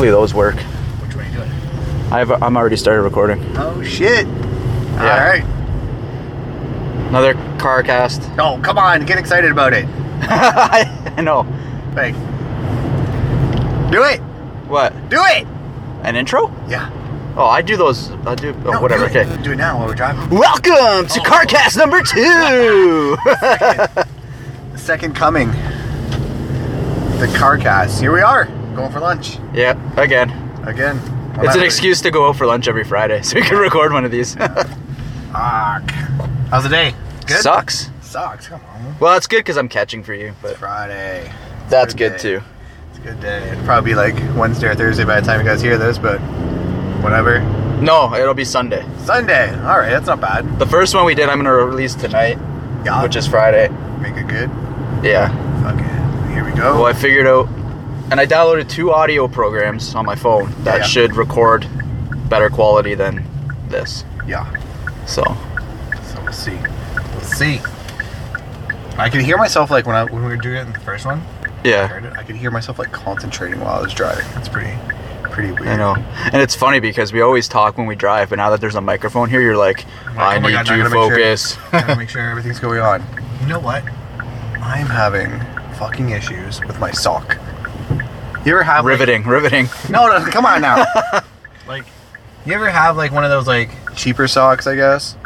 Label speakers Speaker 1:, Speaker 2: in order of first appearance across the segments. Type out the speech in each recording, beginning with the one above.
Speaker 1: Hopefully those work.
Speaker 2: Which one are you doing?
Speaker 1: I've I'm already started recording.
Speaker 2: Oh shit!
Speaker 1: Yeah.
Speaker 2: All right.
Speaker 1: Another car cast.
Speaker 2: Oh come on, get excited about it.
Speaker 1: I know.
Speaker 2: Like, do it,
Speaker 1: What?
Speaker 2: do it.
Speaker 1: An intro?
Speaker 2: Yeah.
Speaker 1: Oh, I do those. I do. Oh,
Speaker 2: No,
Speaker 1: whatever.
Speaker 2: Do it.
Speaker 1: Okay.
Speaker 2: Do it now while we're driving.
Speaker 1: Welcome to
Speaker 2: Oh.
Speaker 1: CarCast number two.
Speaker 2: The second coming. The car cast. Here we are, going for lunch
Speaker 1: yep. Again,
Speaker 2: again. I'm
Speaker 1: it's an
Speaker 2: happy.
Speaker 1: excuse to go out for lunch every Friday, so we can record one of these.
Speaker 2: Fuck. How's the day? Good.
Speaker 1: Sucks.
Speaker 2: Sucks. Come on.
Speaker 1: Well, it's good because I'm catching for you, but
Speaker 2: Friday.
Speaker 1: that's
Speaker 2: Good
Speaker 1: good
Speaker 2: day.
Speaker 1: too.
Speaker 2: It's a good day. It'll probably be like Wednesday or Thursday by the time you guys hear this, but whatever.
Speaker 1: No, it'll be Sunday.
Speaker 2: Sunday. All right, that's not bad.
Speaker 1: The first one we did, I'm gonna release tonight,
Speaker 2: Yeah.
Speaker 1: which is Friday.
Speaker 2: make it good.
Speaker 1: Yeah.
Speaker 2: Okay, here we go.
Speaker 1: Well, I figured out, and I downloaded two audio programs on my phone that
Speaker 2: Yeah.
Speaker 1: should record better quality than this.
Speaker 2: Yeah.
Speaker 1: So,
Speaker 2: So we'll see. We'll see. I could hear myself like when I when we were doing it in the first one. I
Speaker 1: yeah,
Speaker 2: heard it, I could hear myself like concentrating while I was driving. It's pretty, pretty weird.
Speaker 1: I know. And it's funny because we always talk when we drive, but now that there's a microphone here, you're like,
Speaker 2: I'm
Speaker 1: I
Speaker 2: like, oh my
Speaker 1: need
Speaker 2: God, now I
Speaker 1: to
Speaker 2: gotta make sure-
Speaker 1: focus.
Speaker 2: Gotta make sure everything's going on. You know what? I'm having fucking issues with my sock. You ever have like-
Speaker 1: riveting, riveting.
Speaker 2: no, no, come on now. like, you ever have like one of those like cheaper socks? I guess.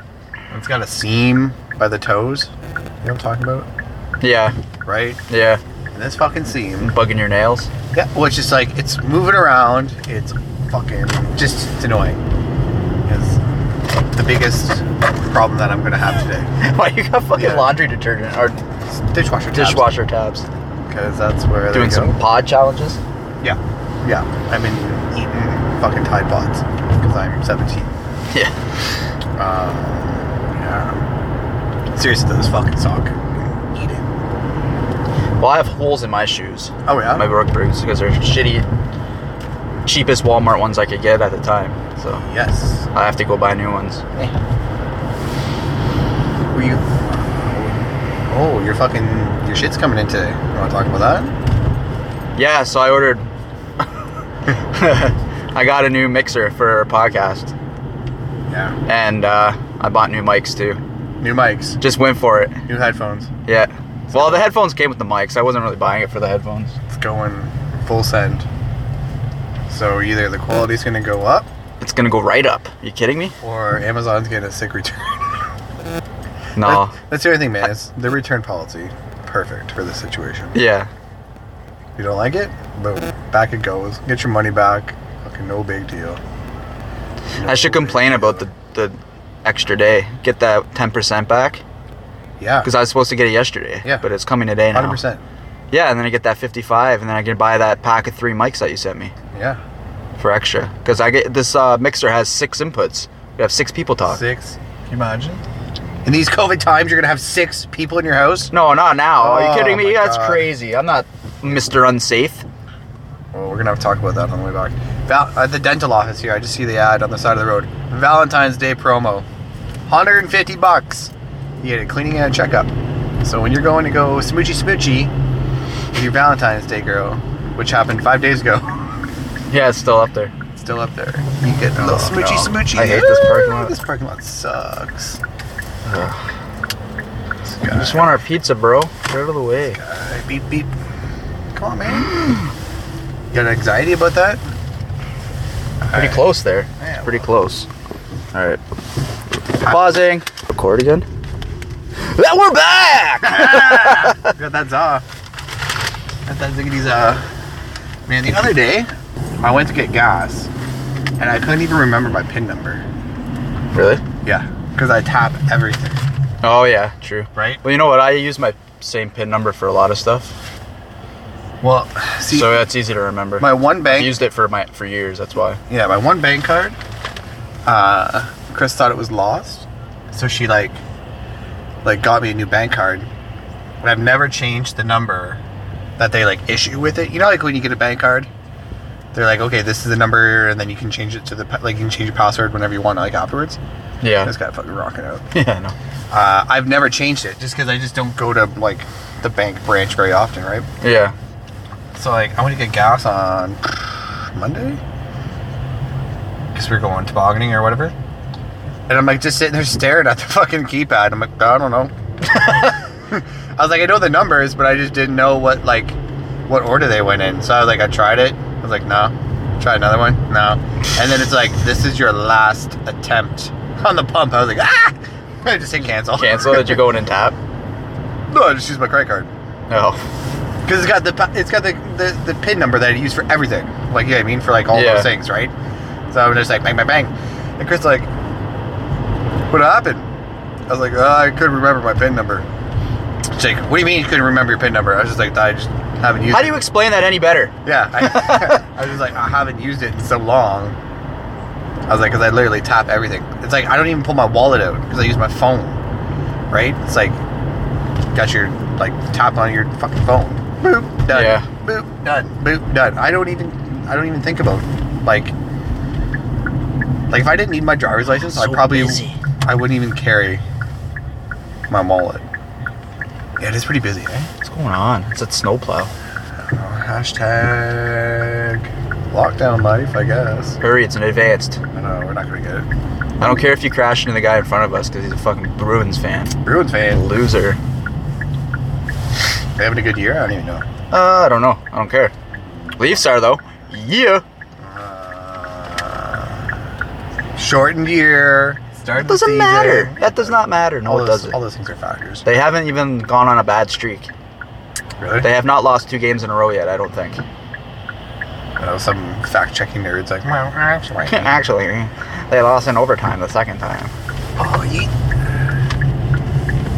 Speaker 2: It's got a seam by the toes. You know what I'm talking about?
Speaker 1: Yeah,
Speaker 2: right?
Speaker 1: yeah.
Speaker 2: And this fucking seam.
Speaker 1: Bugging your nails.
Speaker 2: Yeah, well, it's just like it's moving around. It's fucking just it's annoying. It's the biggest problem that I'm gonna have today.
Speaker 1: Why you got fucking
Speaker 2: Yeah.
Speaker 1: laundry detergent or
Speaker 2: It's dishwasher.
Speaker 1: dishwasher tabs?
Speaker 2: Because that's where
Speaker 1: Doing
Speaker 2: they go.
Speaker 1: some pod challenges.
Speaker 2: Yeah, yeah. I've been eating fucking Tide Pods because I'm 17.
Speaker 1: Yeah.
Speaker 2: Um, yeah. Seriously, though, this fucking sock. Eat it.
Speaker 1: Well, I have holes in my shoes.
Speaker 2: Oh yeah.
Speaker 1: my work boots because they're shitty, cheapest Walmart ones I could get at the time. So
Speaker 2: yes.
Speaker 1: I have to go buy new ones.
Speaker 2: Were you? Oh, your fucking your shit's coming in today. You want to talk about that?
Speaker 1: Yeah, so I ordered. I got a new mixer for our podcast,
Speaker 2: Yeah.
Speaker 1: and uh, I bought new mics too.
Speaker 2: New mics,
Speaker 1: Just went for it.
Speaker 2: new headphones.
Speaker 1: Yeah. Well, the headphones came with the mics. I wasn't really buying it for the headphones.
Speaker 2: It's going full send. So either the quality's gonna go up,
Speaker 1: It's gonna go right up. You kidding me?
Speaker 2: or Amazon's getting a sick return.
Speaker 1: No.
Speaker 2: That- That's the other thing, man. Is the return policy perfect for this situation?
Speaker 1: Yeah.
Speaker 2: You don't like it? Boom, back it goes. Get your money back. Fucking no big deal.
Speaker 1: I should complain about the the extra day. Get that 10% back
Speaker 2: Yeah,
Speaker 1: because I was supposed to get it yesterday.
Speaker 2: Yeah.
Speaker 1: But it's coming today now.
Speaker 2: hundred percent.
Speaker 1: Yeah, and then I get that 55, and then I can buy that pack of three mics that you sent me
Speaker 2: Yeah,
Speaker 1: for extra. Because I get this uh, mixer has six inputs. We have six people talk.
Speaker 2: six. Can you imagine? In these COVID times, you're gonna have six people in your house.
Speaker 1: No, not now. Are
Speaker 2: Oh,
Speaker 1: you kidding
Speaker 2: my
Speaker 1: me? That's
Speaker 2: God.
Speaker 1: crazy. I'm not Mr. Unsafe.
Speaker 2: Well, we're gonna have to talk about that on the way back. Val- at the dental office here, I just see the ad on the side of the road. Valentine's Day promo, 150 bucks. You get a cleaning and a checkup. So when you're going to go smoochy smoochy with your Valentine's Day girl, which happened five days ago,
Speaker 1: Yeah, it's still up there.
Speaker 2: it's still up there. You get a little
Speaker 1: Oh,
Speaker 2: smoochy
Speaker 1: no.
Speaker 2: smoochy.
Speaker 1: I hate this parking
Speaker 2: Ooh,
Speaker 1: lot.
Speaker 2: This parking lot sucks. This
Speaker 1: I just
Speaker 2: guy-
Speaker 1: want our pizza, bro. Get out of the way.
Speaker 2: guy, beep beep. Come on, man. You got anxiety about that?
Speaker 1: Pretty close there.
Speaker 2: Yeah,
Speaker 1: It's pretty close. All right. Pausing. Record again. Well, we're back!
Speaker 2: Got that za. Got that ziggity za. Man, the other day, I went to get gas, and I couldn't even remember my PIN number.
Speaker 1: really?
Speaker 2: Yeah, because I tap everything.
Speaker 1: Oh, yeah, true.
Speaker 2: Right.
Speaker 1: Well, you know what? I use my same PIN number for a lot of stuff.
Speaker 2: Well, see,
Speaker 1: so that's easy to remember.
Speaker 2: my one
Speaker 1: I've
Speaker 2: bank,
Speaker 1: used it for my for years. That's why.
Speaker 2: yeah, my one bank card. Uh, Chris thought it was lost, so she like, like got me a new bank card, but I've never changed the number that they like issue with it. You know, like when you get a bank card, they're like, okay, this is the number, and then you can change it to the pa- like you can change your password whenever you want, like afterwards.
Speaker 1: Yeah.
Speaker 2: This guy fucking rocking out.
Speaker 1: Yeah. No.
Speaker 2: Uh, I've never changed it just because I just don't go to like the bank branch very often, right?
Speaker 1: Yeah.
Speaker 2: So like I went to get gas on Monday because we were going tobogganing or whatever. And I'm like just sitting there staring at the fucking keypad. I'm like, I don't know. I was like, I know the numbers, but I just didn't know what like what order they went in. So I was like, I tried it. I was like, no. Try another one. No. And then it's like, this is your last attempt on the pump. I was like, ah. I just hit cancel.
Speaker 1: Cancel it. You're going in tap.
Speaker 2: No, I just use my credit card.
Speaker 1: Oh,
Speaker 2: Because it's got the pa- it's got the, the the pin number that I use for everything. Like you know what I mean for like all
Speaker 1: Yeah.
Speaker 2: those things, right? So I'm just like bang bang bang, and Chris like, what happened? I was like, "Uh, I couldn't remember my pin number. She's like, what do you mean you couldn't remember your pin number? I was just like, I just haven't used.
Speaker 1: how
Speaker 2: it.
Speaker 1: do you explain that any better?
Speaker 2: Yeah, I, I was just like, I haven't used it in so long. I was like, because I literally tap everything. It's like I don't even pull my wallet out because I use my phone, right? It's like got your like tap on your fucking phone. Boop done.
Speaker 1: Yeah.
Speaker 2: Boop done. Boop done. I don't even I don't even think about like like if I didn't need my driver's license, I
Speaker 1: So
Speaker 2: probably
Speaker 1: busy.
Speaker 2: I wouldn't even carry my wallet. Yeah, it is pretty busy, eh?
Speaker 1: What's going on? It's that snowplow.
Speaker 2: Hashtag lockdown life, I guess.
Speaker 1: Hurry, it's an advanced.
Speaker 2: I know, we're not gonna get it.
Speaker 1: I don't care if you crash into the guy in front of us because he's a fucking Bruins fan.
Speaker 2: Bruins fan,
Speaker 1: Loser.
Speaker 2: they having a good year? I don't even know.
Speaker 1: Uh, I don't know. I don't care. Leafs are though. Yeah.
Speaker 2: Uh, shortened year. Start
Speaker 1: It doesn't matter. That does not matter. No,
Speaker 2: all
Speaker 1: it
Speaker 2: those,
Speaker 1: doesn't.
Speaker 2: All those things are factors.
Speaker 1: They haven't even gone on a bad streak.
Speaker 2: Really?
Speaker 1: They have not lost two games in a row yet. I don't think.
Speaker 2: I know some fact-checking nerds like, well, actually.
Speaker 1: Actually, they lost in overtime the second time.
Speaker 2: oh, yeet.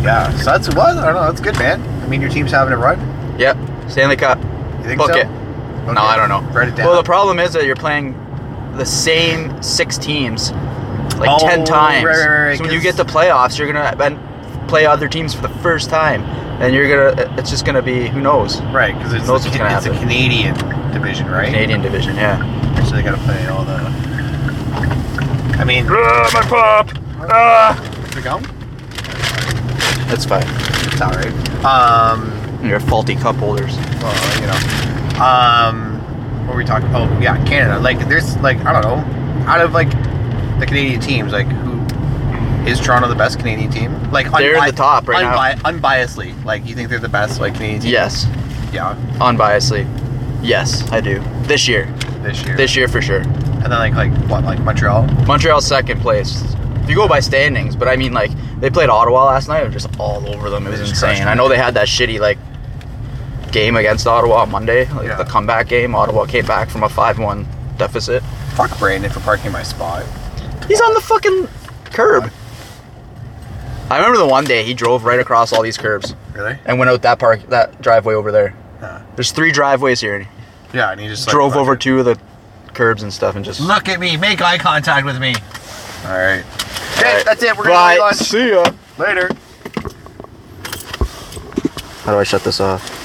Speaker 2: Yeah, so that's what. I don't know. That's good, man. I mean, your team's having a run.
Speaker 1: Yep. Stanley Cup.
Speaker 2: You think
Speaker 1: Book
Speaker 2: so?
Speaker 1: it. No, I don't know.
Speaker 2: Write it down.
Speaker 1: Well, the problem is that you're playing the same six teams like
Speaker 2: Oh,
Speaker 1: ten times.
Speaker 2: right, right, right,
Speaker 1: so when you get
Speaker 2: 'cause-
Speaker 1: to playoffs, you're gonna and play other teams for the first time, and you're gonna. It's just gonna be who knows.
Speaker 2: right, because it's,
Speaker 1: Knows
Speaker 2: the
Speaker 1: what's
Speaker 2: Ca-
Speaker 1: gonna
Speaker 2: it's a
Speaker 1: happen.
Speaker 2: Canadian division, right?
Speaker 1: Canadian division, yeah.
Speaker 2: So they gotta play all the. I mean,
Speaker 1: my pop.
Speaker 2: we go.
Speaker 1: That's fine.
Speaker 2: It's all right. Um,
Speaker 1: You're faulty cup holders.
Speaker 2: well, you know, um, what were we talking? Oh, yeah, Canada. Like, there's like I don't know, out of like the Canadian teams, like who is Toronto the best Canadian team? Like
Speaker 1: They're in the top right now.
Speaker 2: now. Unbiasedly, like you think they're the best like Canadian team?
Speaker 1: Yes,
Speaker 2: Yeah.
Speaker 1: unbiasedly. Yes, I do. This year,
Speaker 2: This year.
Speaker 1: this year for sure.
Speaker 2: and then like like what like Montreal.
Speaker 1: Montreal's second place. If you go by standings, but I mean like they played Ottawa last night, they were just all over them. It was
Speaker 2: They just
Speaker 1: insane.
Speaker 2: crushed
Speaker 1: I
Speaker 2: them.
Speaker 1: know they had that shitty like game against Ottawa on Monday, like
Speaker 2: Yeah.
Speaker 1: the comeback game. Ottawa came back from a five-one deficit.
Speaker 2: Fuck Brandon for parking my spot.
Speaker 1: He's on the fucking curb. I remember the one day he drove right across all these curbs
Speaker 2: Really?
Speaker 1: and went out that park, that driveway over there.
Speaker 2: Uh,
Speaker 1: There's three driveways here. And he
Speaker 2: yeah, and he just like,
Speaker 1: drove
Speaker 2: fuck
Speaker 1: over
Speaker 2: it.
Speaker 1: two of the curbs and stuff and just.
Speaker 2: Look at me. Make eye contact with me. All right. Okay,
Speaker 1: Alright.
Speaker 2: that's it. We're
Speaker 1: Bye.
Speaker 2: gonna eat lunch
Speaker 1: See ya.
Speaker 2: later.
Speaker 1: How do I shut this off?